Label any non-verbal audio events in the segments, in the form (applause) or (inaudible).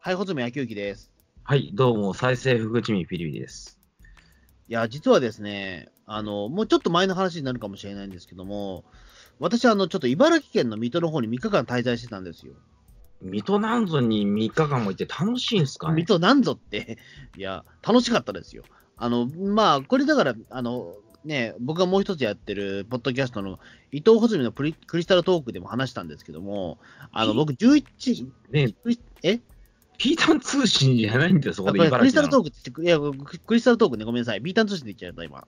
はい、ほずめ野球機です。はい、どうも、再生福地味ピリピリです。いや、実はですね、あの、もうちょっと前の話になるかもしれないんですけども、私、あの、ちょっと茨城県の水戸の方に3日間滞在してたんですよ。水戸なんぞに3日間もいて楽しいんすかね水戸なんぞって、 (laughs) いや、楽しかったですよ。あの、まあ、これだから、あの、ね、僕がもう一つやってる、ポッドキャストの伊藤ほずみのプリクリスタルトークでも話したんですけども、あの、僕11、ねえピータン通信じゃないんだよ、そこあでこれク茨リスタ城ルトなの。ークって言って、いや、クリスタルトークね、ごめんなさい。ビータン通信で言っちゃった、今。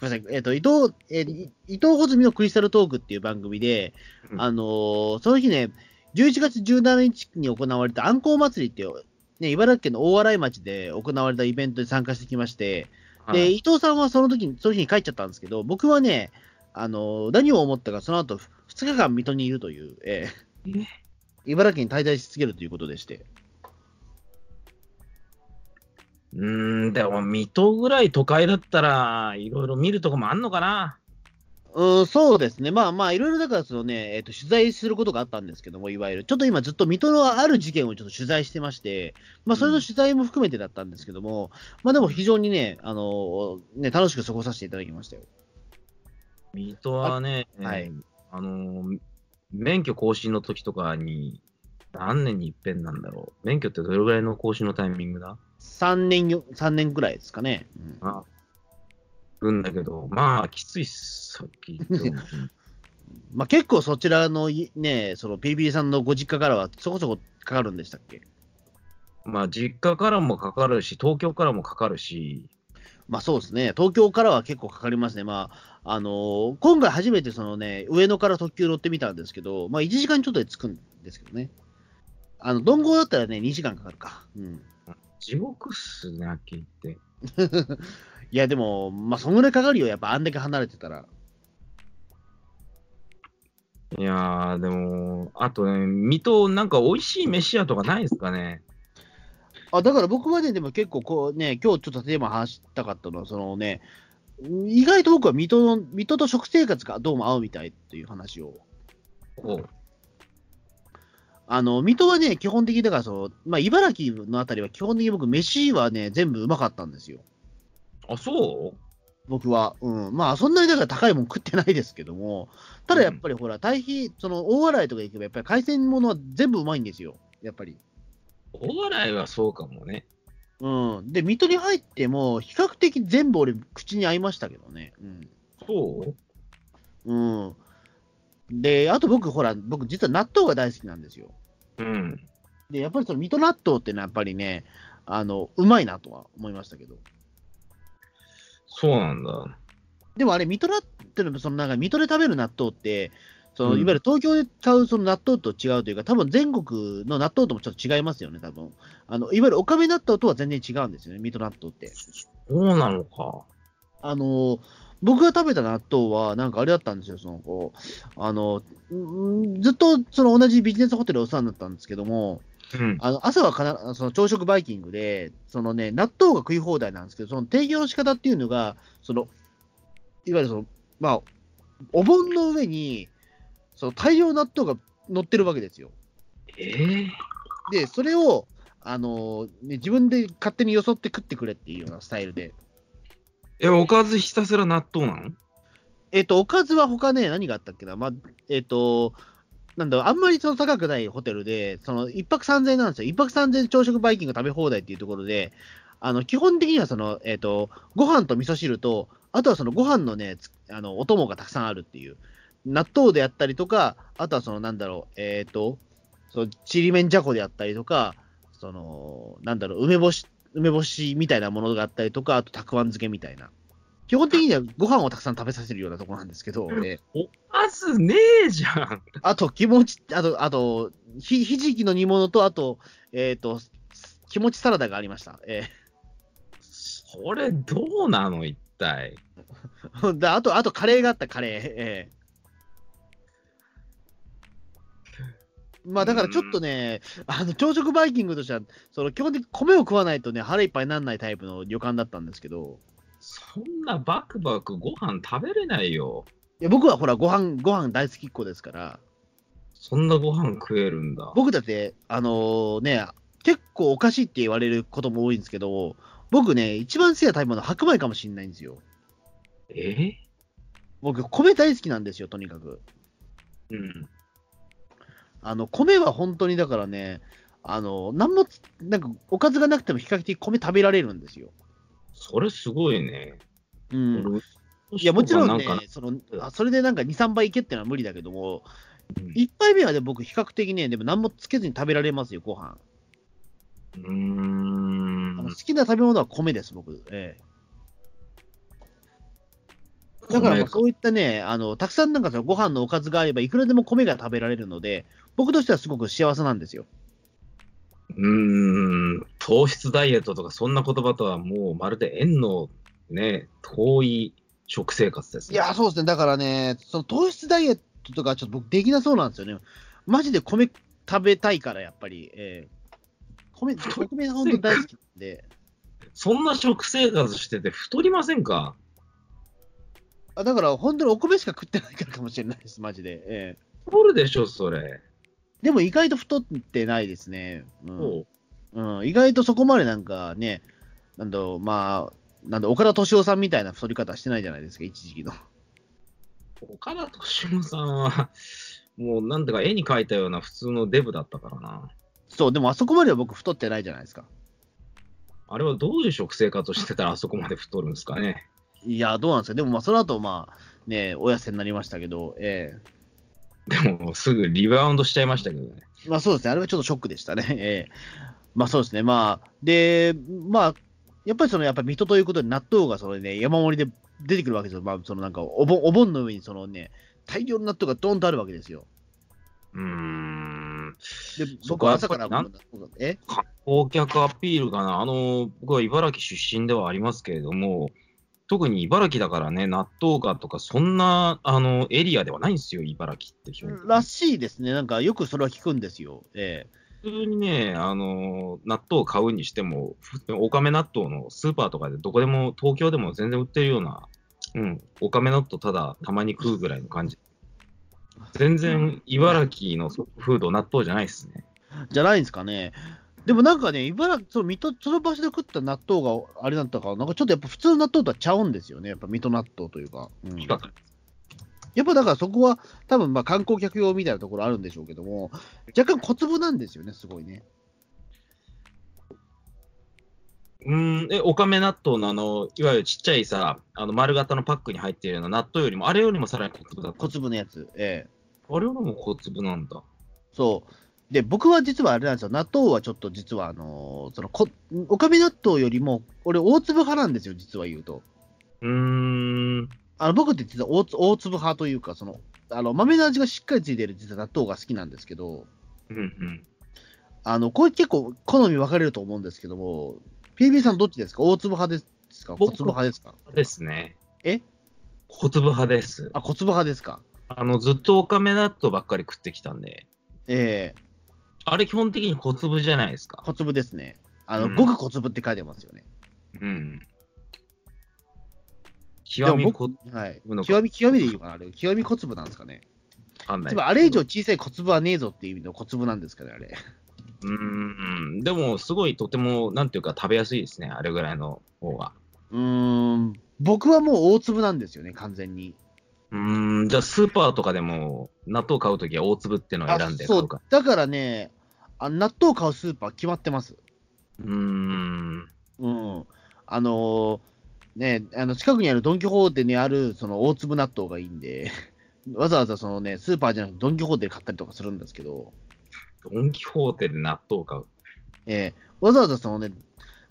ごめんなさい。えっ、と、伊藤、えーい伊藤穂積のクリスタルトークっていう番組で、うんあのーその日ね、11月17日に行われたアンコウ祭りっていう、ね、茨城県の大洗町で行われたイベントに参加してきまして、はで、い伊藤さんはその時に、その日に帰っちゃったんですけど、僕はね、あのー何を思ったか、その後、2日間水戸にいるという、えーえ茨城に滞在し続けるということでして。うーん、でも水戸ぐらい都会だったら、いろいろ見るとこもあんのかな。うん、そうですね、まあまあ、いろいろだからその、ねえっと取材することがあったんですけども、いわゆる、ちょっと今、ずっと水戸のある事件をちょっと取材してまして、まあ、それの取材も含めてだったんですけども、まあでも非常にね、あのね楽しく過ごさせていただきましたよ。水戸はね、はいあのー、免許更新の時とかに、何年に一遍なんだろう。免許ってどれぐらいの更新のタイミングだ3年よ、三年くらいですかね。うんあうんだけど、まあ、きついっす、さっき言ったよう (laughs) にまあ、結構そちらのい、ね、その PB さんのご実家からはそこそこかかるんでしたっけまあ、実家からもかかるし、東京からもかかるし、まあそうですね、東京からは結構かかりますね、まああのー今回初めてその、ね、上野から特急乗ってみたんですけど、まあ、1時間ちょっとで着くんですけどね、あの鈍行だったらね、2時間かかるか、うん、地獄っすね、はっきり言って。いや、でも、まあ、そんぐらいかかるよ、やっぱあんだけ離れてたら、いやー、でも、あとね、水戸、なんか美味しい飯屋とかないですかね。あだから僕はね、でも結構こう、ね、今日ちょっとテーマ話したかったのは、そのね、意外と僕は水戸の水戸と食生活がどうも合うみたいという話を。こうあの水戸はね、基本的にだからその、まあ、茨城のあたりは基本的に僕、飯はね、全部うまかったんですよ。あ、そう僕は。うん。まあ、そんなにだから高いもん食ってないですけども、ただやっぱりほら、対比、その大洗とか行けば、やっぱり海鮮ものは全部うまいんですよ。やっぱり。大洗はそうかもね。うん。で、水戸に入っても、比較的全部俺、口に合いましたけどね。そううん。うん。で、あと僕、ほら、僕実は納豆が大好きなんですよ。うん。で、やっぱりその水戸納豆ってのはやっぱりね、あの、うまいなとは思いましたけど。そうなんだ。でもあれ、水戸納豆の、そのなんか水戸で食べる納豆って、そのうんいわゆる東京で買うその納豆と違うというか、多分全国の納豆ともちょっと違いますよね、多分あのいわゆるおかめ納豆とは全然違うんですよね、水戸納豆って。そうなのか。あの僕が食べた納豆は、なんかあれだったんですよ、そのこうあのうんずっとその同じビジネスホテルでお世話になったんですけども、うん。あの朝はかなその朝食バイキングで、そのね、納豆が食い放題なんですけど、その提供の仕方っていうのが、そのいわゆるその、まあ、お盆の上にその大量の納豆が乗ってるわけですよ。えー、で、それを、あのね、自分で勝手によそって食ってくれっていうようなスタイルで。え、おかずひたすら納豆なのえっ、と、おかずは他ね、何があったっけな、まあ、えっ、と、なんだろう、あんまりその高くないホテルで、その1泊3000円なんですよ。1泊3000円朝食バイキング食べ放題っていうところで、あの基本的にはその、えっ、と、ご飯と味噌汁と、あとはそのご飯のね、つあのお供がたくさんあるっていう。納豆であったりとか、あとはその、なんだろう、えっ、と、そのちりめんじゃこであったりとか、その、なんだろう、梅干し、梅干しみたいなものがあったりとか、あとたくあん漬けみたいな。基本的にはご飯をたくさん食べさせるようなところなんですけど、ね、おかずねえじゃん。あと、気持ち、あと、あと、ひ、ひじきの煮物と、あと、えっ、と、気持ちサラダがありました。えそれ、どうなの、一体。ー (laughs) で、あと、あと、カレーがあった、カレー。えーまあ、だからちょっとね、あの、朝食バイキングとしては、その、基本的に米を食わないとね、腹いっぱいにならないタイプの旅館だったんですけど、そんなバクバクご飯食べれないよ。いや僕はほら、ご飯、ご飯大好きっ子ですから、そんなご飯食えるんだ。僕だって、あのね、結構おかしいって言われることも多いんですけど、僕ね、一番好きな食べ物は白米かもしれないんですよ。え僕、米大好きなんですよ、とにかく。うん。あの、米は本当にだからね、あの、なんもつ、なんか、おかずがなくても比較的米食べられるんですよ。それすごいね。うん。俺いや、もちろんなんねかな、その、あそれでなんか2、3倍いけってのは無理だけども、うん1杯目はね、僕、比較的ね、でも何もつけずに食べられますよ、ご飯。うーあのん好。きな食べ物は米です、僕。ええ、だからまあ米かそういったね、あのたくさんなんかそのご飯のおかずがあれば、いくらでも米が食べられるので、僕としてはすごく幸せなんですよ。うーん。糖質ダイエットとか、そんな言葉とはもうまるで縁のね、遠い食生活です、いね。や、そうですね、だからね、その糖質ダイエットとか、ちょっと僕、できなそうなんですよね。マジで米食べたいから、やっぱり。ええ米、お米が本当に大好きなんで。そんな食生活してて太りませんかあだから、本当にお米しか食ってないからかもしれないです、マジで。ええ太るでしょ、それ。でも、意外と太ってないですね。うんそううん、意外とそこまでなんかね、なんだろう、まあ、なんだ、岡田敏夫さんみたいな太り方してないじゃないですか、一時期の。 (laughs) 岡田敏夫さんは、 (laughs) もうなんてか絵に描いたような普通のデブだったからな。そう、でもあそこまでは僕太ってないじゃないですか。あれはどういう食生活をしてたらあそこまで太るんですかね。いや、どうなんですか。でもまあ、その後、まあ、ね、お痩せになりましたけど、えでも、すぐリバウンドしちゃいましたけどね。えまあそうですね、あれはちょっとショックでしたね。 (laughs) ええまあそうですね、まあ、で、まあ、やっぱりその、やっぱり水戸ということで納豆がそのね、山盛りで出てくるわけですよ。まあ、そのなんか、お盆、お盆の上にそのね、大量の納豆がドーンとあるわけですよ。うーん。で、そ僕こははやっ朝ぱかりら、なんえ観光客アピールかな。あの、僕は茨城出身ではありますけれども、特に茨城だからね、納豆がとか、そんな、あの、エリアではないんですよ、茨城って基本的に。らしいですね、なんかよくそれは聞くんですよ。え普通にね、あの納豆を買うにしても、普通におかめ納豆のスーパーとかでどこでも、東京でも全然売ってるような、うん、おかめ納豆ただたまに食うぐらいの感じ。全然茨城のソウルフード、納豆じゃないですね。えじゃないんですかね。でもなんかね、茨城、その水戸、その場所で食った納豆があれだったから、なんかちょっとやっぱ普通の納豆とはちゃうんですよね、やっぱ水戸納豆というか。うん比較やっぱだからそこは、多分まあ観光客用みたいなところあるんでしょうけども、若干小粒なんですよね、すごいね。うん、え、おかめ納豆のあの、いわゆるちっちゃいさ、あの丸型のパックに入っているような納豆よりも、あれよりもさらに小粒だった。小粒のやつ。ええあれよりも小粒なんだ。そう。で、僕は実はあれなんですよ、納豆はちょっと実は、あのーそのこ、おかみ納豆よりも、俺、大粒派なんですよ、実は言うと。うーん、あの僕って実は大つ大粒派というか、そのあの豆の味がしっかりついてる実は納豆が好きなんですけど、うん、うん。あのこれ結構好み分かれると思うんですけども、PB さんどっちですか大粒派ですか小僕粒派ですかですね。え小粒派です。あ、小粒派ですかあの、ずっとオカメ納豆ばっかり食ってきたんで、ええあれ基本的に小粒じゃないですか。小粒ですね。あの、うんごく小粒って書いてますよね。うん。極みでも小粒僕はい。の極み、極みでいいのかなあれ極み小粒なんですかね。わかんなつい。まりあれ以上小さい小粒はねえぞっていう意味の小粒なんですかね、あれ。うーん。でも、すごいとても、なんていうか食べやすいですね。あれぐらいの方が。うーん、僕はもう大粒なんですよね、完全に。うーん。じゃあ、スーパーとかでも、納豆買うときは大粒っていうのを選んであ買そううか。だからねあ、納豆買うスーパー決まってます。うーん。うん。あのーね、あの近くにあるドン・キホーテにあるその大粒納豆がいいんで、 (laughs) わざわざその、ね、スーパーじゃなくてドン・キホーテで買ったりとかするんですけど、ドン・キホーテで納豆買う。えーわざわざその、ね、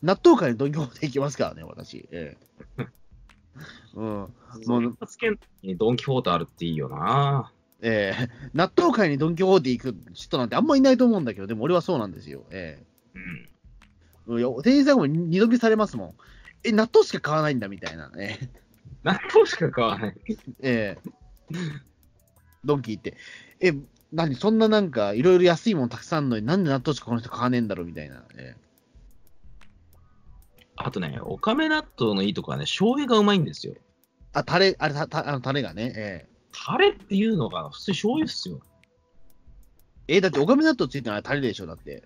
納豆買いにドン・キホーテ行きますからね、私。え (laughs) えうんもうつけにドン・キホーテあるっていいよな。ええ納豆買いにドン・キホーテ行く人なんてあんまいないと思うんだけど、でも俺はそうなんですよ。ええうん。うんいや店員さんも二度見されますもん。え、納豆しか買わないんだみたいなね。 (laughs) 納豆しか買わない。ええドンキ行って。え、何そんななんか、いろいろ安いもんたくさんあるのに、なんで納豆しかこの人買わねえんだろうみたいな。ええあとね、おかめ納豆のいいとこはね、醤油がうまいんですよ。あ、タレ、あれ、たたあのタレがね。えタレっていうのが普通醤油っすよ。ええだって、おかみ納豆ついてないタレでしょ、だって。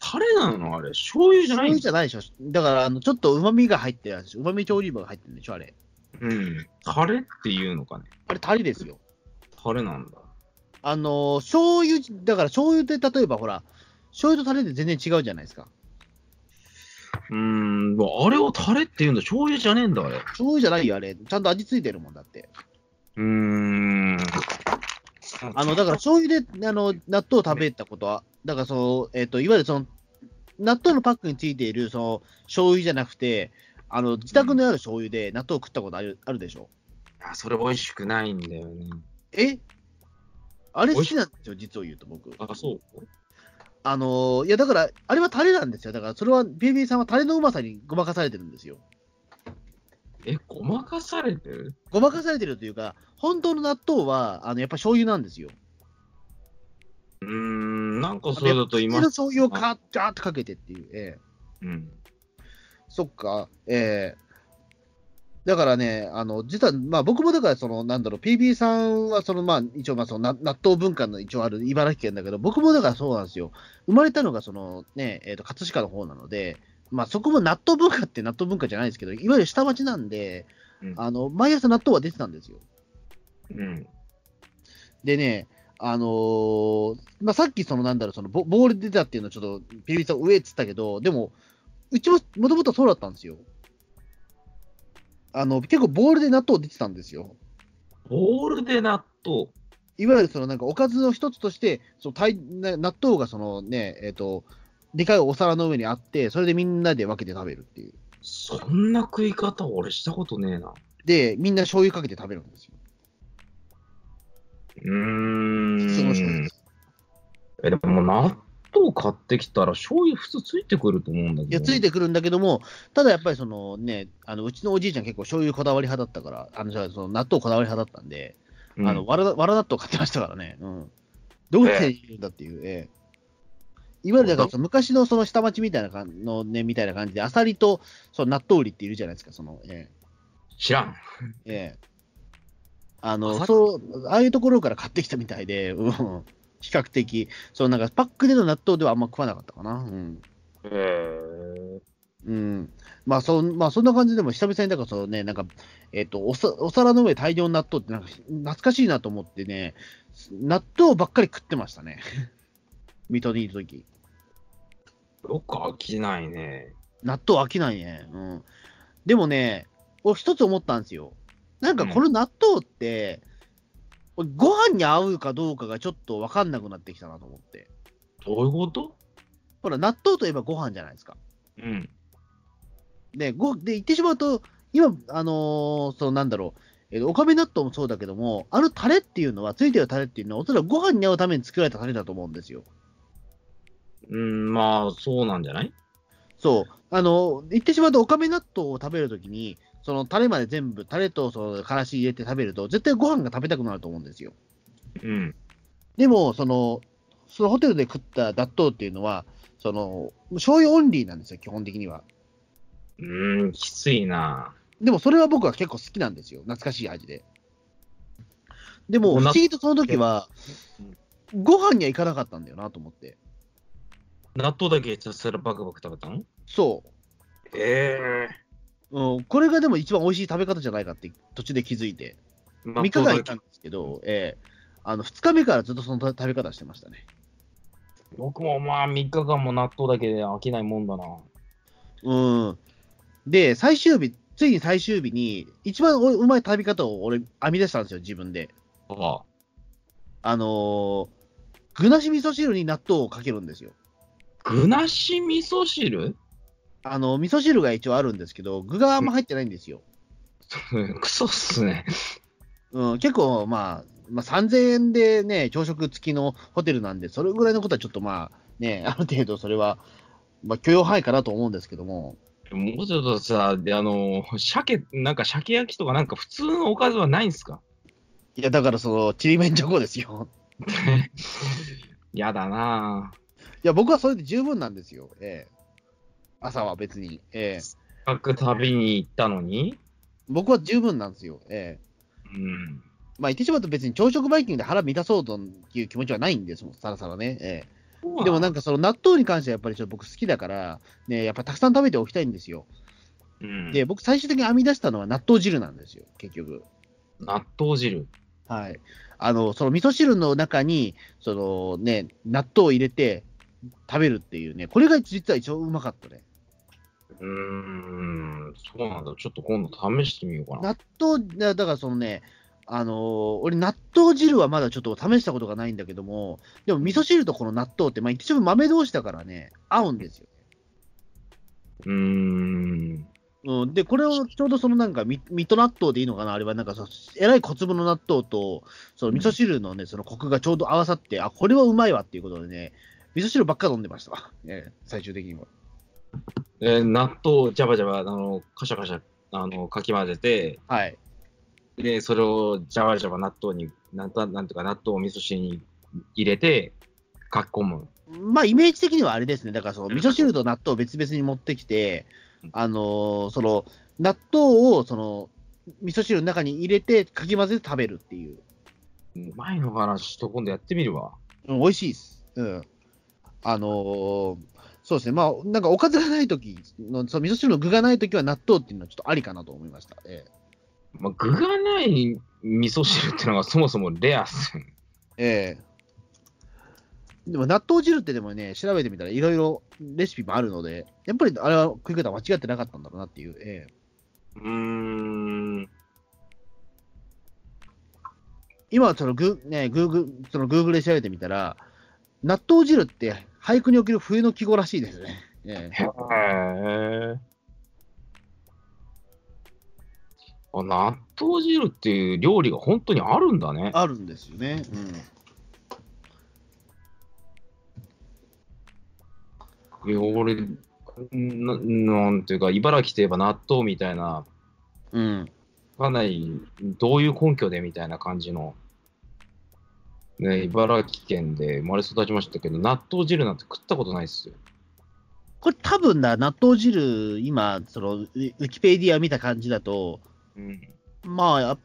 タレなのあれ、醤油じゃな醤いん油じゃないでしょ。だから、あの、ちょっと旨味が入ってるやつ。旨味調理棒が入ってるんでしょ、あれ。うん。タレっていうのかね。あれ、タレですよ。タレなんだ。あの、醤油、だから醤油って例えばほら、醤油とタレで全然違うじゃないですか。うーん、あれをタレって言うんだ。醤油じゃねえんだ、あれ。う醤油じゃないよ、あれ。ちゃんと味付いてるもんだって。ーん。あ (laughs) の、だから醤油で、あの、納豆を食べたことは、だからその、えっ、と、いわゆるその、納豆のパックについている、その、醤油じゃなくて、あの、自宅にある醤油で納豆を食ったことあるあるでしょ。あそれ美味しくないんだよね。えあれ好きなんですよ、実を言うと僕。あ、そうあのーいや、だから、あれはタレなんですよ。だから、それは、ビービーさんはタレのうまさにごまかされてるんですよ。え、ごまかされてるごまかされてるというか、本当の納豆は、あの、やっぱ醤油なんですよ。うーん、なんかそれだと普今通の、醤油をカーッ、ジャーッとかけてっていう。ええうん。そっか、ええだからね、あの実は、まあ、僕もだからその、なんだろう、PB さんはその、まあ、一応まあそのな、納豆文化の一応ある茨城県だけど、僕もだからそうなんですよ、生まれたのがその、ねえー、と葛飾の方なので、まあ、そこも納豆文化って納豆文化じゃないですけど、いわゆる下町なんで、うんあの毎朝納豆は出てたんですよ。うん。でね、あのーまあ、さっきその、なんだろう、そのボボール出たっていうのちょっと、PB さん上っつったけど、でも、うちももともとそうだったんですよ。あの結構、ボールで納豆出てたんですよ。ボールで納豆。いわゆるそのなんかおかずの一つとして、そのたいな納豆がそのね、えっ、と、でかいお皿の上にあって、それでみんなで分けて食べるっていう。そんな食い方俺したことねえな。で、みんな醤油かけて食べるんですよ。うー普通の醤ん油。。え、でも納豆買ってきたら醤油普通ついてくると思うんだけど。いや、ついてくるんだけども、ただやっぱりそのね、あのうちのおじいちゃん結構醤油こだわり派だったから、あのじゃあその納豆こだわり派だったんで、うんあのわらわら納豆買ってましたからね。うん。どうしているんだっていう。ええいわゆるだからその昔のその下町みたいな感じのね、みたいな感じで、アサリとその納豆売りっているじゃないですか、その、え知らん。えええあアサの、リそう、ああいうところから買ってきたみたいで、うん、比較的、そのなんかパックでの納豆ではあんま食わなかったかな。うん。へえ。うんまあそんまあ、そんな感じでも、久々にだからその、ねなんかえっとおさお皿の上、大量に納豆ってなんか懐かしいなと思ってね、納豆ばっかり食ってましたね、 (laughs) 水戸にいるとき。よく飽きないね。納豆飽きないね。うん、でもね、俺、一つ思ったんですよ。なんかこの納豆って、俺ご飯に合うかどうかがちょっと分かんなくなってきたなと思って。どういうことほら、納豆といえばご飯じゃないですか。うん。で、ごで言ってしまうと、今、あのーそのなんだろう、えっとおかめ納豆もそうだけども、あのタレっていうのは、ついてるタレっていうのは、おそらくご飯に合うために作られたタレだと思うんですよ。うん、まあ、そうなんじゃないそう、あの言ってしまうと、おかめ納豆を食べるときに、そのタレまで全部、タレとそのからし入れて食べると、絶対ご飯が食べたくなると思うんですよ。うん。でも、その、そのホテルで食った納豆っていうのは、その醤油オンリーなんですよ、基本的には。うーん、きついな。でもそれは僕は結構好きなんですよ。懐かしい味で。でも、お不な思議とその時は、ご飯には行かなかったんだよなと思って。納豆だけひたすらバクバク食べたのそええう。うん、これがでも一番美味しい食べ方じゃないかって途中で気づいて、ま3あ日間いたんですけど、ええあの2日目からずっとその食べ方してましたね。僕もまあ3日間も納豆だけで飽きないもんだな。うん。で、最終日、ついに最終日に、一番おうまい食べ方を俺、編み出したんですよ、自分で。ああ。あのー具なし味噌汁に納豆をかけるんですよ。具なし味噌汁あの、味噌汁が一応あるんですけど、具があんま入ってないんですよ。クソっすね。うん、結構、まあ、まあ、3000円でね、朝食付きのホテルなんで、それぐらいのことはちょっとまあ、ね、 (laughs) ある程度それは、まあ、許容範囲かなと思うんですけども、もうちょっとさ、であの、鮭、なんか鮭焼きとかなんか普通のおかずはないんすかいや、だからその、ちりめんじゃこですよ。やだないや、僕はそれで十分なんですよ。ええ朝は別に。ええぁ。各旅に行ったのに僕は十分なんですよ。ええうん。まあ、言ってしまうと別に朝食バイキングで腹満たそうという気持ちはないんですもん、さらさらね。ええ (laughs) でもなんかその納豆に関してはやっぱりちょっと僕好きだから、ね、やっぱたくさん食べておきたいんですよ。うん、で、僕最終的に編み出したのは納豆汁なんですよ、結局。納豆汁。はい。あの、その味噌汁の中に、そのね、納豆を入れて食べるっていうね、これが実は一応うまかったね。うーん、そうなんだ。ちょっと今度試してみようかな。納豆、だだからそのね、あのー俺、納豆汁はまだちょっと試したことがないんだけども、でも味噌汁とこの納豆って、まあ、一応豆同士だからね、合うんですよ。うーん。うん、で、これをちょうどそのなんか、み水戸納豆でいいのかな、あれはなんかその、えらい小粒の納豆と、その味噌汁のね、そのコクがちょうど合わさって、あ、これはうまいわっていうことでね、味噌汁ばっか飲んでましたわ、ね、最終的には。えー納豆をジャバジャバ、あの、カシャカシャ、あの、かき混ぜて、はい。で、それをジャバジャバ納豆に、なんとなんとか納豆を味噌汁に入れて、かっこむ。まあ、イメージ的にはあれですね、だからその味噌汁と納豆を別々に持ってきてうん、あのーその納豆をその味噌汁の中に入れて、かき混ぜて食べるっていう、うまいのかなちょっと今度やってみるわ。うん、美味しいです。うん、あのーそうですね、まあ、なんかおかずがないときの、その味噌汁の具がないときは納豆っていうのはちょっとありかなと思いました。えまあ、具がない味噌汁ってのがそもそもレアっすよね。えええでも納豆汁ってでもね、調べてみたらいろいろレシピもあるので、やっぱりあれは食い方間違ってなかったんだろうなっていう。ええうーん。今そのグ、ね、グーグル、そのグーグルで調べてみたら、納豆汁って俳句における冬の季語らしいですね。ええ (laughs) へえ。あ納豆汁っていう料理が本当にあるんだね。あるんですよね。うん。いや俺な、なんていうか、茨城といえば納豆みたいな、うん。かなりどういう根拠でみたいな感じの、ね、茨城県で生まれ育ちましたけど、納豆汁なんて食ったことないっすよ。これ多分な、納豆汁、今、その、ウウィキペディア見た感じだと、うん、まあや、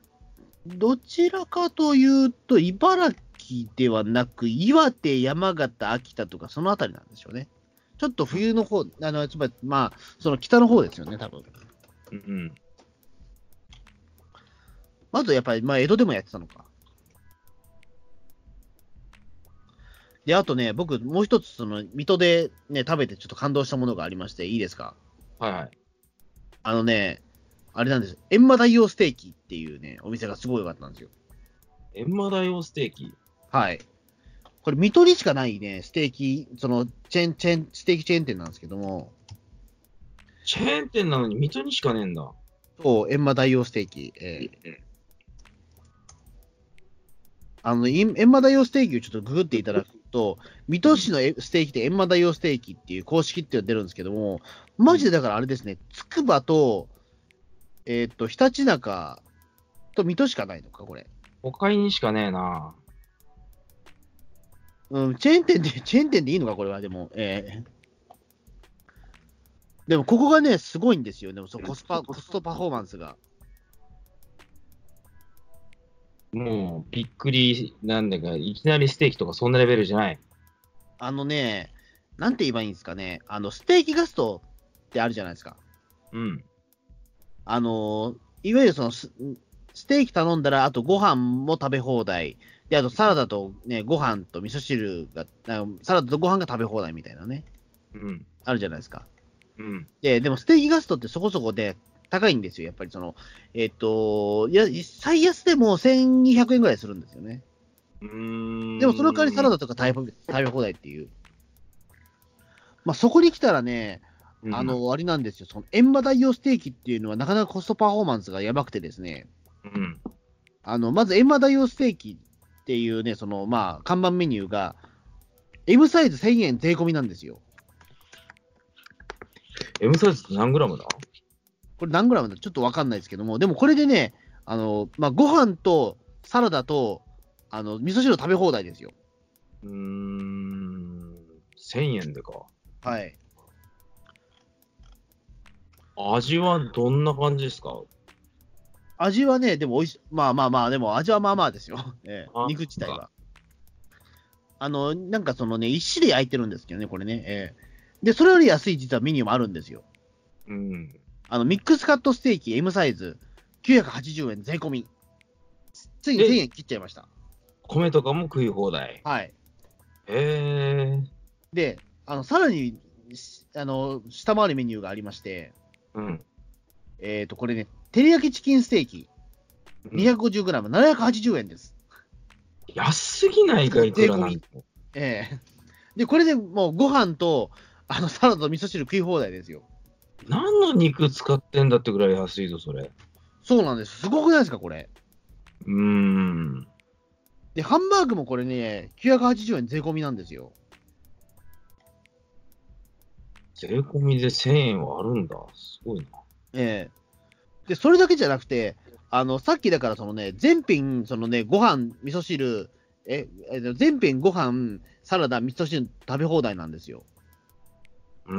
どちらかというと、茨城ではなく、岩手、山形、秋田とか、そのあたりなんでしょうね。ちょっと冬の方、あの、つまり、まあ、その北の方ですよね、多分。うん、まずやっぱり、まあ、江戸でもやってたのか。で、あとね、僕、もう一つ、その、水戸でね、食べてちょっと感動したものがありまして、いいですかはいはい。あのね、あれなんです。閻魔大王ステーキっていうね、お店がすごい良かったんですよ。閻魔大王ステーキ。はい。これ、水戸にしかないね、ステーキ、その、チェーン、チェーン、ステーキチェーン店なんですけども、チェーン店なのに水戸にしかねえんだ。そう、閻魔大王ステーキ。えーあの、い閻魔大王ステーキをちょっとググっていただくと、水戸市のえステーキで閻魔大王ステーキっていう公式っていうのが出るんですけども、マジでだからあれですね、つくばと、えっ、と、ひたちなかと水戸しかないのか、これ。都会にしかねえな。うん、チェーン店で、 (laughs) チェーン店でいいのか、これは、でも。えーでも、ここがね、すごいんですよ。でも、そうコスパ、コストパフォーマンスが。もうびっくりなんだか、いきなりステーキとかそんなレベルじゃない。あのね、なんて言えばいいんですかね。あの、ステーキガストってあるじゃないですか。うん。あのー、いわゆるそのス、ステーキ頼んだら、あとご飯も食べ放題。で、あとサラダとね、ご飯と味噌汁が、あサラダとご飯が食べ放題みたいなね、うん。あるじゃないですか。うん。で、でもステーキガストってそこそこで高いんですよ、やっぱりその、えっ、と、いや、最安でも1200円ぐらいするんですよね。うーんでもその代わりサラダとか食べ食べ放題っていう。まあそこに来たらね、うんあ、の、あれなんですよ、その、閻魔大王ステーキっていうのはなかなかコストパフォーマンスがやばくてですね、うん。あの、まず閻魔大王ステーキっていうね、その、まあ看板メニューが、M サイズ1000円税込みなんですよ。 M サイズって何グラムだこれ何グラムだちょっとわかんないですけども、でもこれでね、あの、まあ、ご飯とサラダと、あの、味噌汁食べ放題ですよ。うーん。1000円でか。はい。味はどんな感じですか味は (laughs) ね、でもおいし、まあまあまあ、でも味はまあまあですよ。ええあ、肉自体は。あの、なんかそのね、一種類空いてるんですけどね、これね。えーで、それより安い実はメニューもあるんですよ。うん。あの、ミックスカットステーキ M サイズ、980円税込み。ついにえ1000円切っちゃいました。米とかも食い放題。はい。へえ。で、あの、さらに、しあの、下回るメニューがありまして、うん。えっ、と、これね、照り焼きチキンステーキ 250g、780円です。安すぎないか、いくらなんでも。ええで、これでもうご飯と、あの、サラダと味噌汁食い放題ですよ。何の肉使ってんだってぐらい安いぞ、それ。そうなんです。すごくないですか、これ。うーん。で、ハンバーグもこれね、980円税込みなんですよ。税込みで1000円はあるんだ。すごいな。ええで、それだけじゃなくて、あの、さっきだから、そのね、全品、そのね、ご飯、味噌汁、え、えっと全品ご飯、サラダ、味噌汁食べ放題なんですよ。うー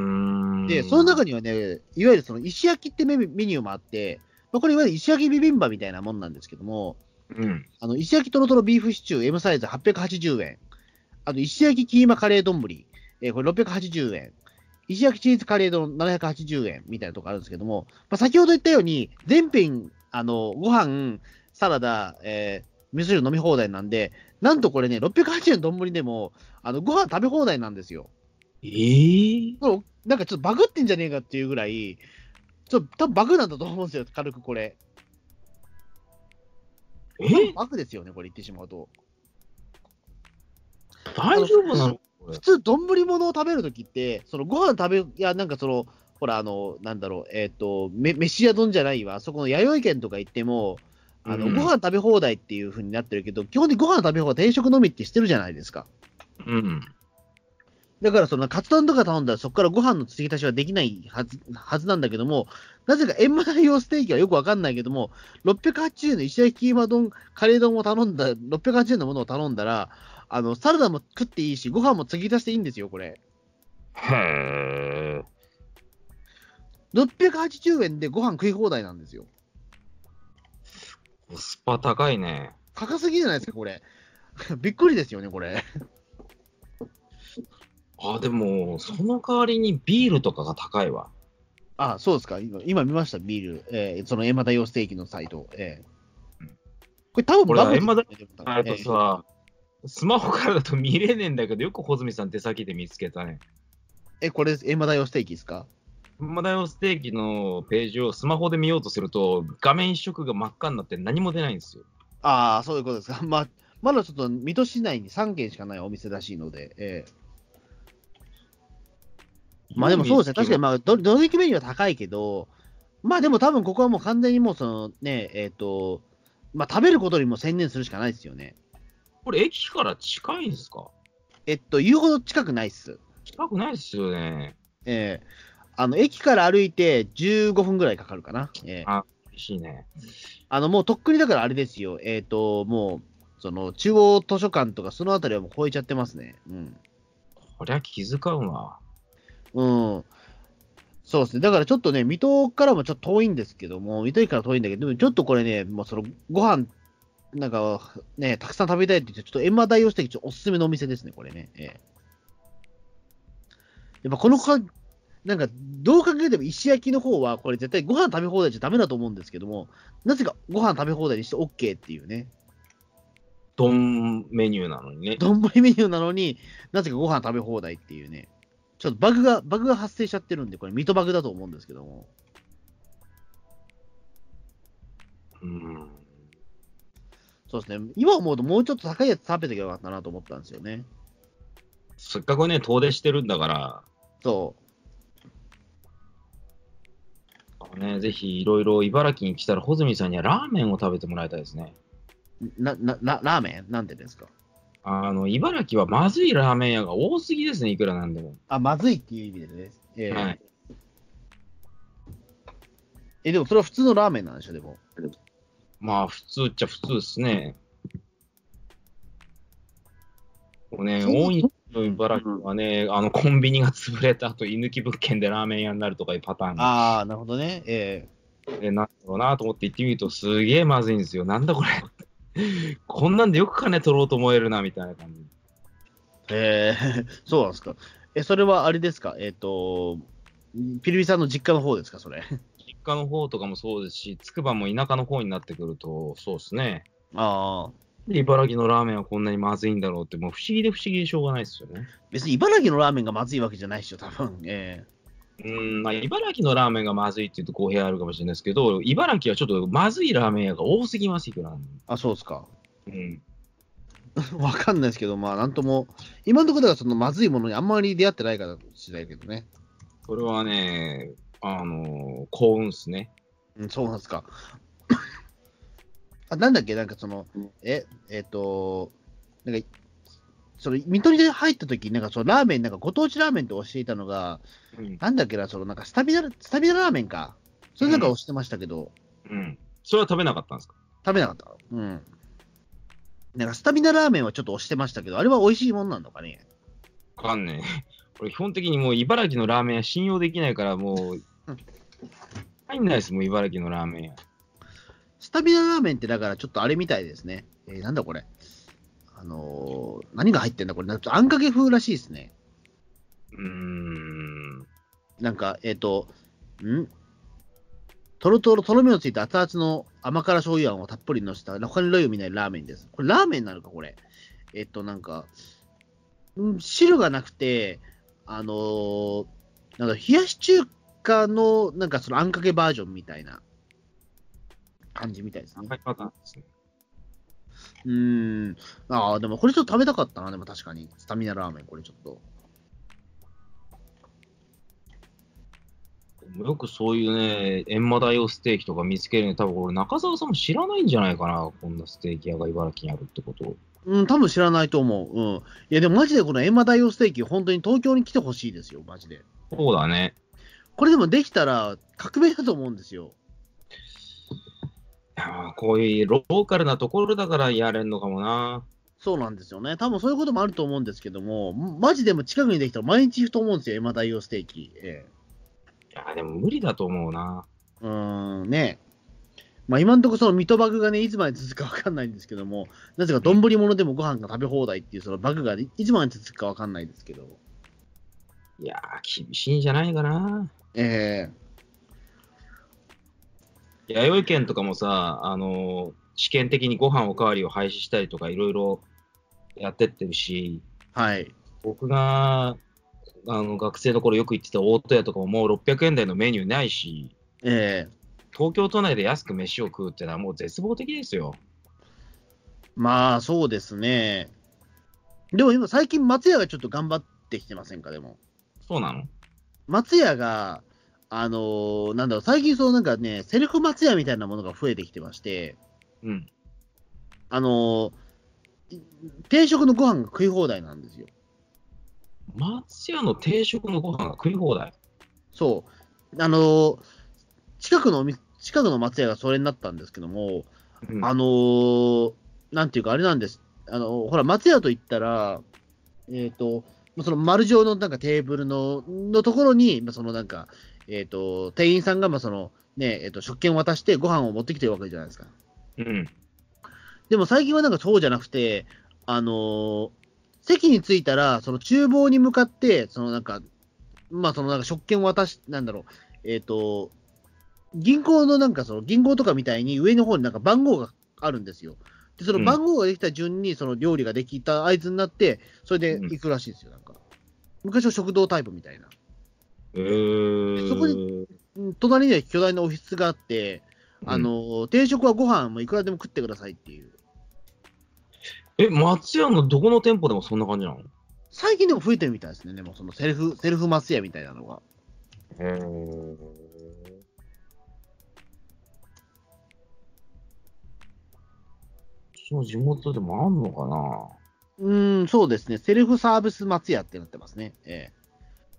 ん。で、その中に。にはね、いわゆるその石焼きってメメニューもあって、まあ、これいわゆる石焼きビビンバみたいなもんなんですけども、うん。あの、石焼きとろとろビーフシチュー M サイズ880円。あと、石焼きキーマカレー丼、えーこれ680円。石焼きチーズカレー丼780円みたいなとこあるんですけども、まあ、先ほど言ったように、全品、あの、ご飯、サラダ、えー、味噌汁飲み放題なんで、なんとこれね、680円丼でも、あの、ご飯食べ放題なんですよ。えー、これなんかちょっとバグってんじゃねえかっていうぐらい、ちょっと多分バグなんだと思うんですよ、軽くこれ。えバグですよね、これ言ってしまうと。大丈夫なのこれ普。通、丼物を食べるときって、そのご飯食べ、いや、なんかその、ほら、あの、なんだろう、えっ、と、め、飯屋丼じゃないわ、そこの弥生県とか行っても、あの、うんご飯食べ放題っていう風になってるけど、基本的にご飯食べ放題定食のみってしてるじゃないですか。うん。だから、その、カツ丼とか頼んだら、そこからご飯の継ぎ足しはできないはず、はずなんだけども、なぜか閻魔大王ステーキはよくわかんないけども、680円の石焼きキーマ丼、カレー丼を頼んだ、680円のものを頼んだら、あの、サラダも食っていいし、ご飯も継ぎ足していいんですよ、これ。へえ。 680円でご飯食い放題なんですよ。コスパ高いね。高すぎじゃないですか、これ。 (laughs) びっくりですよね、これ。あ、でも、その代わりにビールとかが高いわ。あそうですか。今、今見ました、ビール。えーそのエマ大王ステーキのサイト。えーうんこれ多分これバグですよねあとえーさ、スマホからだと見れねえんだけど、よく穂積さん手先で見つけたね。え、これ、エマ大王ステーキですかマダイオステーキのページをスマホで見ようとすると、画面一色が真っ赤になって何も出ないんですよ。ああ、そういうことですか。 (laughs) まあ、まだちょっと水戸市内に3軒しかないお店らしいので。えーまあでもそうですね。確かに、ままあ、どどの駅メニューは高いけど、まあでも多分ここはもう完全にもうそのね、えっ、と、まあ食べることにも専念するしかないですよね。これ駅から近いんですかえっと、言うほど近くないっす。近くないですよね。ええあの、駅から歩いて15分ぐらいかかるかな。ええ嬉しいね。あの、もうとっくにだからあれですよ。えっ、と、もう、その、中央図書館とかそのあたりはもう超えちゃってますね。うん。こりゃ気遣うわ。うん。そうですね。だからちょっとね、水戸からもちょっと遠いんですけども、水戸駅から遠いんだけど、でもちょっとこれね、もうその、ご飯、なんか、ね、たくさん食べたいって言って、ちょっと閻魔大王的おすすめのお店ですね、これね。ええやっぱこのか、なんか、どう考えても石焼きの方は、これ絶対ご飯食べ放題じゃダメだと思うんですけども、なぜかご飯食べ放題にして OK っていうね、丼メニューなのにね。丼メニューなのになぜかご飯食べ放題っていうね、ちょっとバグが、バグが発生しちゃってるんで、これ、水戸バグだと思うんですけども。うん。そうですね。今思うともうちょっと高いやつ食べてきゃよかったなと思ったんですよね。せっかくね、遠出してるんだから、そね、ぜひいろいろ茨城に来たら、穂積さんにはラーメンを食べてもらいたいですね。う。な、な、なラーメンなんでですかあの、茨城はまずいラーメン屋が多すぎですね、いくらなんでも。あ、まずいっていう意味でね。えーはいえ、でもそれは普通のラーメンなんでしょ、でも。まあ、普通っちゃ普通ですね。もうね、そう大井の茨城はね、あの、コンビニが潰れた後、居抜き物件でラーメン屋になるとかいうパターンがああ、なるほどね。えでなんだろうなと思って行ってみると、すげえまずいんですよ。なんだこれ。こんなんでよく金取ろうと思えるな、みたいな感じ。ええー、 (laughs) そうなんですか。え、それはあれですかえっ、と、ピルビさんの実家の方ですかそれ。実家の方とかもそうですし、つくばも田舎の方になってくると、そうですね。ああ。で茨城のラーメンはこんなにまずいんだろうって、もう不思議で不思議でしょうがないですよね。別に茨城のラーメンがまずいわけじゃないでしょ、多分。えうーん、まあ、茨城のラーメンがまずいって言うと公平あるかもしれないですけど、茨城はちょっとまずいラーメン屋が多すぎます、いくらなんでも。ー、あ、そうですか。うん。わかんないですけど、まあ、なんとも、今のところではそのまずいものにあんまり出会ってないから次第だけどね。これはね、あのー幸運ですね。うん、そうなんですか。あ、なんだっけ、なんかその、え、えっ、と、なんか、その、水戸に入った時に、なんかそのラーメン、なんかご当地ラーメンって教えたのが、うん。なんだっけな、その、なんかスタビナ、スタビナラーメンか。それなんか押してましたけど、うん。それは食べなかったんですか食べなかった。うん。なんかスタミナラーメンはちょっと押してましたけど、あれは美味しいもんなのかね。わかんねえ。 (laughs) 俺、基本的にもう茨城のラーメン屋信用できないから、もううん、入んないです、もう茨城のラーメン屋。スタミナラーメンってだからちょっとあれみたいですね。えーなんだこれ。あのー何が入ってんだこれ。なんかあんかけ風らしいですね。うーん。なんか、えっ、と、んとろとろ、とろみのついた熱々の甘辛醤油あんをたっぷりのせた、他に類を見ないラーメンです。これラーメンなのか、これ。えっ、と、なんか、ん汁がなくて、あのーなんか冷やし中華の、なんかそのあんかけバージョンみたいな感じみたいですね。赤いパターンですね。うーん。ああ、でもこれちょっと食べたかったな、でも確かに。スタミナラーメン、これちょっと。よくそういうね、閻魔大王ステーキとか見つけるね、多分俺、中澤さんも知らないんじゃないかな、こんなステーキ屋が茨城にあるってことを。うん、多分知らないと思う。うん。いや、でもマジでこの閻魔大王ステーキ、本当に東京に来てほしいですよ、マジで。そうだね。これでもできたら革命だと思うんですよ。いやーこういうローカルなところだからやれんのかもな。そうなんですよね。多分そういうこともあると思うんですけども、マジでも近くにできたら毎日行くと思うんですよ、閻魔大王ステーキ。ええいやーでも無理だと思うな。うーん、ねえ。まあ今のところその水戸バグがね、いつまで続くか分かんないんですけども、なぜか丼物でもご飯が食べ放題っていうそのバグがいつまで続くか分かんないですけど。いやー厳しいんじゃないかな。ええ弥生県とかもさ、あのー試験的にご飯おかわりを廃止したりとかいろいろやってってるし、はい。僕があの学生の頃よく行ってた大戸屋とかももう600円台のメニューないし、ええ東京都内で安く飯を食うってのはもう絶望的ですよ。まあそうですね。でも今、最近、松屋がちょっと頑張ってきてませんか、でも。そうなの松屋が、あのーなんだろう、最近、そうなんかね、セルフ松屋みたいなものが増えてきてまして、うん。あのーい定食のご飯が食い放題なんですよ。松屋の定食のご飯が食い放題。そう。あのー近くのお店近くの松屋がそれになったんですけども、うんあのーなんていうか、あれなんです。あのーほら、松屋といったら、えっ、と、その丸状のなんかテーブルののところに、まあそのなんか、えっ、と、店員さんが、まあその、ね、えっ、と、食券を渡してご飯を持ってきてるわけじゃないですか。うん。でも最近はなんかそうじゃなくて、あのー席に着いたら、その厨房に向かって、そのなんか、まあそのなんか食券を渡し、なんだろう、えっ、と、銀行のなんかその銀行とかみたいに上の方になんか番号があるんですよ。で、その番号ができた順にその料理ができた合図になって、それで行くらしいですよ、なんか。昔は食堂タイプみたいな。えー、そこにうん隣には巨大なオフィスがあって、あのー定食はご飯もいくらでも食ってくださいっていう。え、松屋のどこの店舗でもそんな感じなの最近でも増えてるみたいですね、でもそのセルフ、セルフマス屋みたいなのが。えその地元でもあんのかなうーん、そうですね、セルフサービス松屋ってなってますね。ええ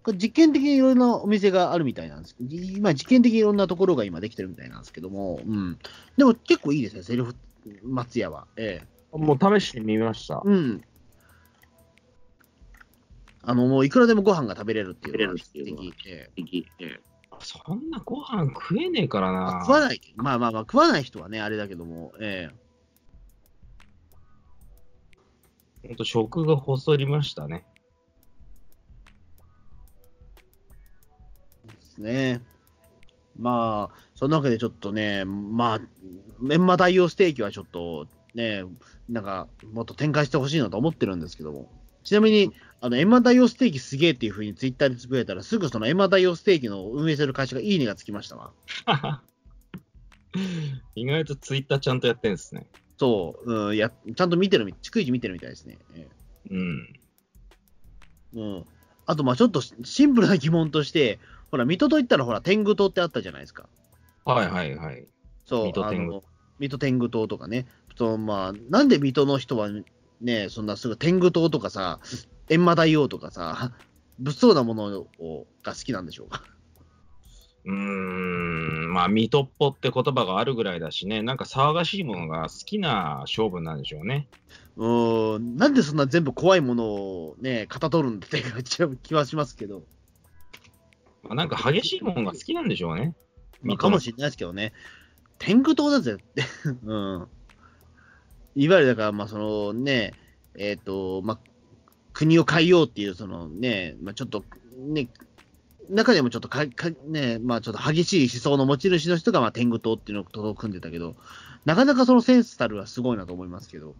これ実験的にいろいろなお店があるみたいなんです。い今、実験的にいろんなところが今できてるみたいなんですけども、うん。でも結構いいですね、セルフ松屋は。ええもう試してみました。うん。あの、もういくらでもご飯が食べれるっていうのが食べれるっていうのはええそんなご飯食えねえからまあな。食わない、まあまあまあ、食わない人はね、あれだけども、ええほんと食が細りましたね。ですね。まあ、そんなわけでちょっとね、まあ、メンマ大王ステーキはちょっとね、なんか、もっと展開してほしいなと思ってるんですけども。ちなみに、あの、エンマ大王ステーキすげえっていうふうにツイッターでつぶやいたら、すぐそのエンマ大王ステーキの運営する会社がいいねがつきましたわ。意外とツイッターちゃんとやってんですね。そう、うん、や、ちゃんと見てるみ、逐一見てるみたいですね。えうん。えうん。あと、まあちょっとシンプルな疑問として、ほら、水戸といったらほら、天狗島ってあったじゃないですか。はいはいはい。そう、水戸天狗あの水戸天狗島とかね、そのまあ、なんで水戸の人はね、そんなすぐ天狗島とかさ、閻魔大王とかさ、物騒なものをが好きなんでしょうか。うーん、まあ、水戸っぽって言葉があるぐらいだしね、なんか騒がしいものが好きな勝負なんでしょうね。うーん、なんでそんな全部怖いものをね、かたどるんだって感じの気はしますけど、まあ、なんか激しいものが好きなんでしょうね。まあ、かもしれないですけどね、天狗島だぜ (laughs) って、うん。いわゆるだから、まあ、そのね、えっ、と、まあ、国を変えようっていう、そのね、まあ、ちょっと、ね、中でもちょっとかか、ね、まあ、ちょっと激しい思想の持ち主の人が、まあ、天狗党っていうのと組んでたけど、なかなかそのセンスたるはすごいなと思いますけど、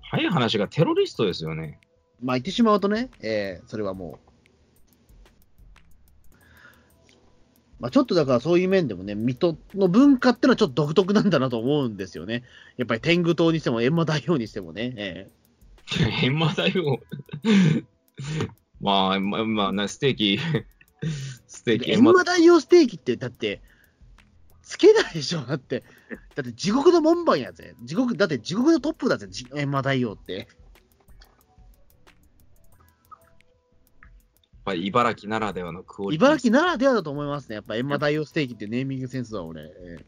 早い話がテロリストですよね。 (laughs) まあ、言ってしまうとね、えーそれはもう。まあ、ちょっとだからそういう面でもね、水戸の文化ってのはちょっと独特なんだなと思うんですよね。やっぱり天狗党にしても、閻魔大王にしてもね。え閻魔大王。まあ、まあ、まあな、ステーキ、スえテーキ、閻魔大王ステーキって、だって、つけないでしょ、だって。だって地獄の門番やぜ。地獄、だって地獄のトップだぜ、じ閻魔大王って。やっぱり茨城ならではのクオリティ。茨城ならではだと思いますね。やっぱ閻魔大王ステーキってネーミングセンスは俺。ええ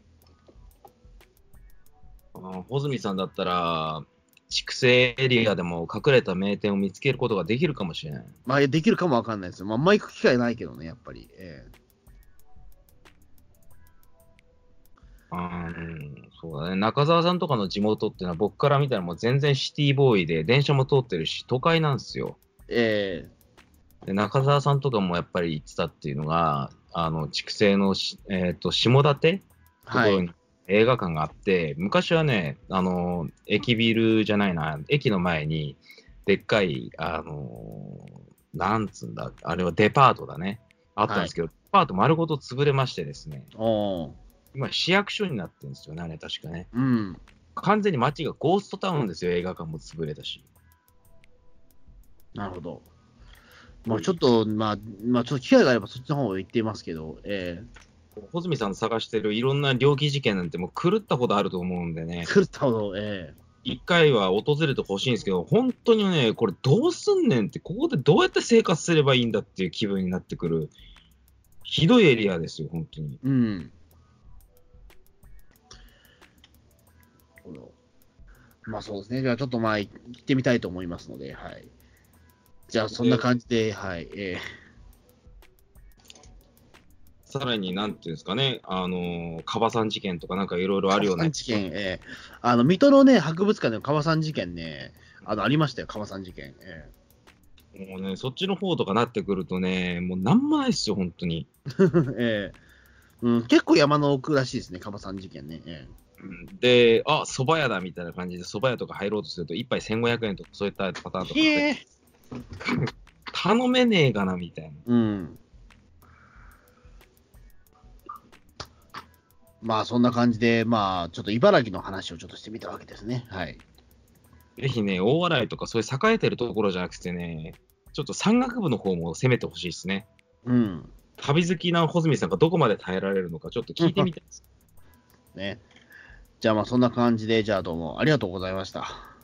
あ穂積さんだったら、畜生エリアでも隠れた名店を見つけることができるかもしれない。まあ、できるかもわかんないですよ。まあ、あんま行く機会ないけどね、やっぱり。ええあーうんそうだね、中澤さんとかの地元っていうのは僕から見たらもう全然シティボーイで電車も通ってるし都会なんですよえで中澤さんとかもやっぱり行ってたっていうのがあの畜生のし、えー、と下館えとこはろい。に映画館があって、昔はねあの駅ビルじゃないな駅の前にでっかいあのなんつうんだあれはデパートだねあったんですけど、デパート丸ごと潰れましてですねおー今市役所になってるんですよねあれ確かねうん。完全に街がゴーストタウンですよ、映画館も潰れたし。なるほど。まあ、ちょっと、まあ、まあ、ちょっと機会があればそっちの方行っていますけど、え穂積さんの探してるいろんな猟奇事件なんてもう狂ったほどあると思うんでえね、狂ったほど、え一回は訪れてほしいんですけど、本当にね、これどうすんねんって、ここでどうやって生活すればいいんだっていう気分になってくる、ひどいエリアですよ、本当に。えうん。なるほどまあ、そうですね。じゃあ、ちょっとまあ、行ってみたいと思いますので、はい。じゃあ、そんな感じで、はい。ええさらに、なんていうんですかね、あのー、カバさん事件とかなんかいろいろあるよう川なさん。事件、ええあの、水戸のね、博物館での川さん事件ね、あの、ありましたよ、川さん事件。えもうね、そっちの方とかなってくるとね、もうなんもないですよ、本当に。え (laughs) ええうん、結構山の奥らしいですね、川さん事件ね。ええうんで、あ、蕎麦屋だみたいな感じで、蕎麦屋とか入ろうとすると、1杯1500円とか、そういったパターンとか、へえ頼めねえかなみたいうな。ん。まあそんな感じで、まあちょっと茨城の話をちょっとしてみたわけですね。はい。ぜひね、大洗とか、そういう栄えてるところじゃなくてね、ちょっと山岳部の方も攻めてほしいですね。うん。旅好きな穂積さんがどこまで耐えられるのか、ちょっと聞いてみたいです。ね。じゃあまあそんな感じで、じゃあどうもありがとうございました。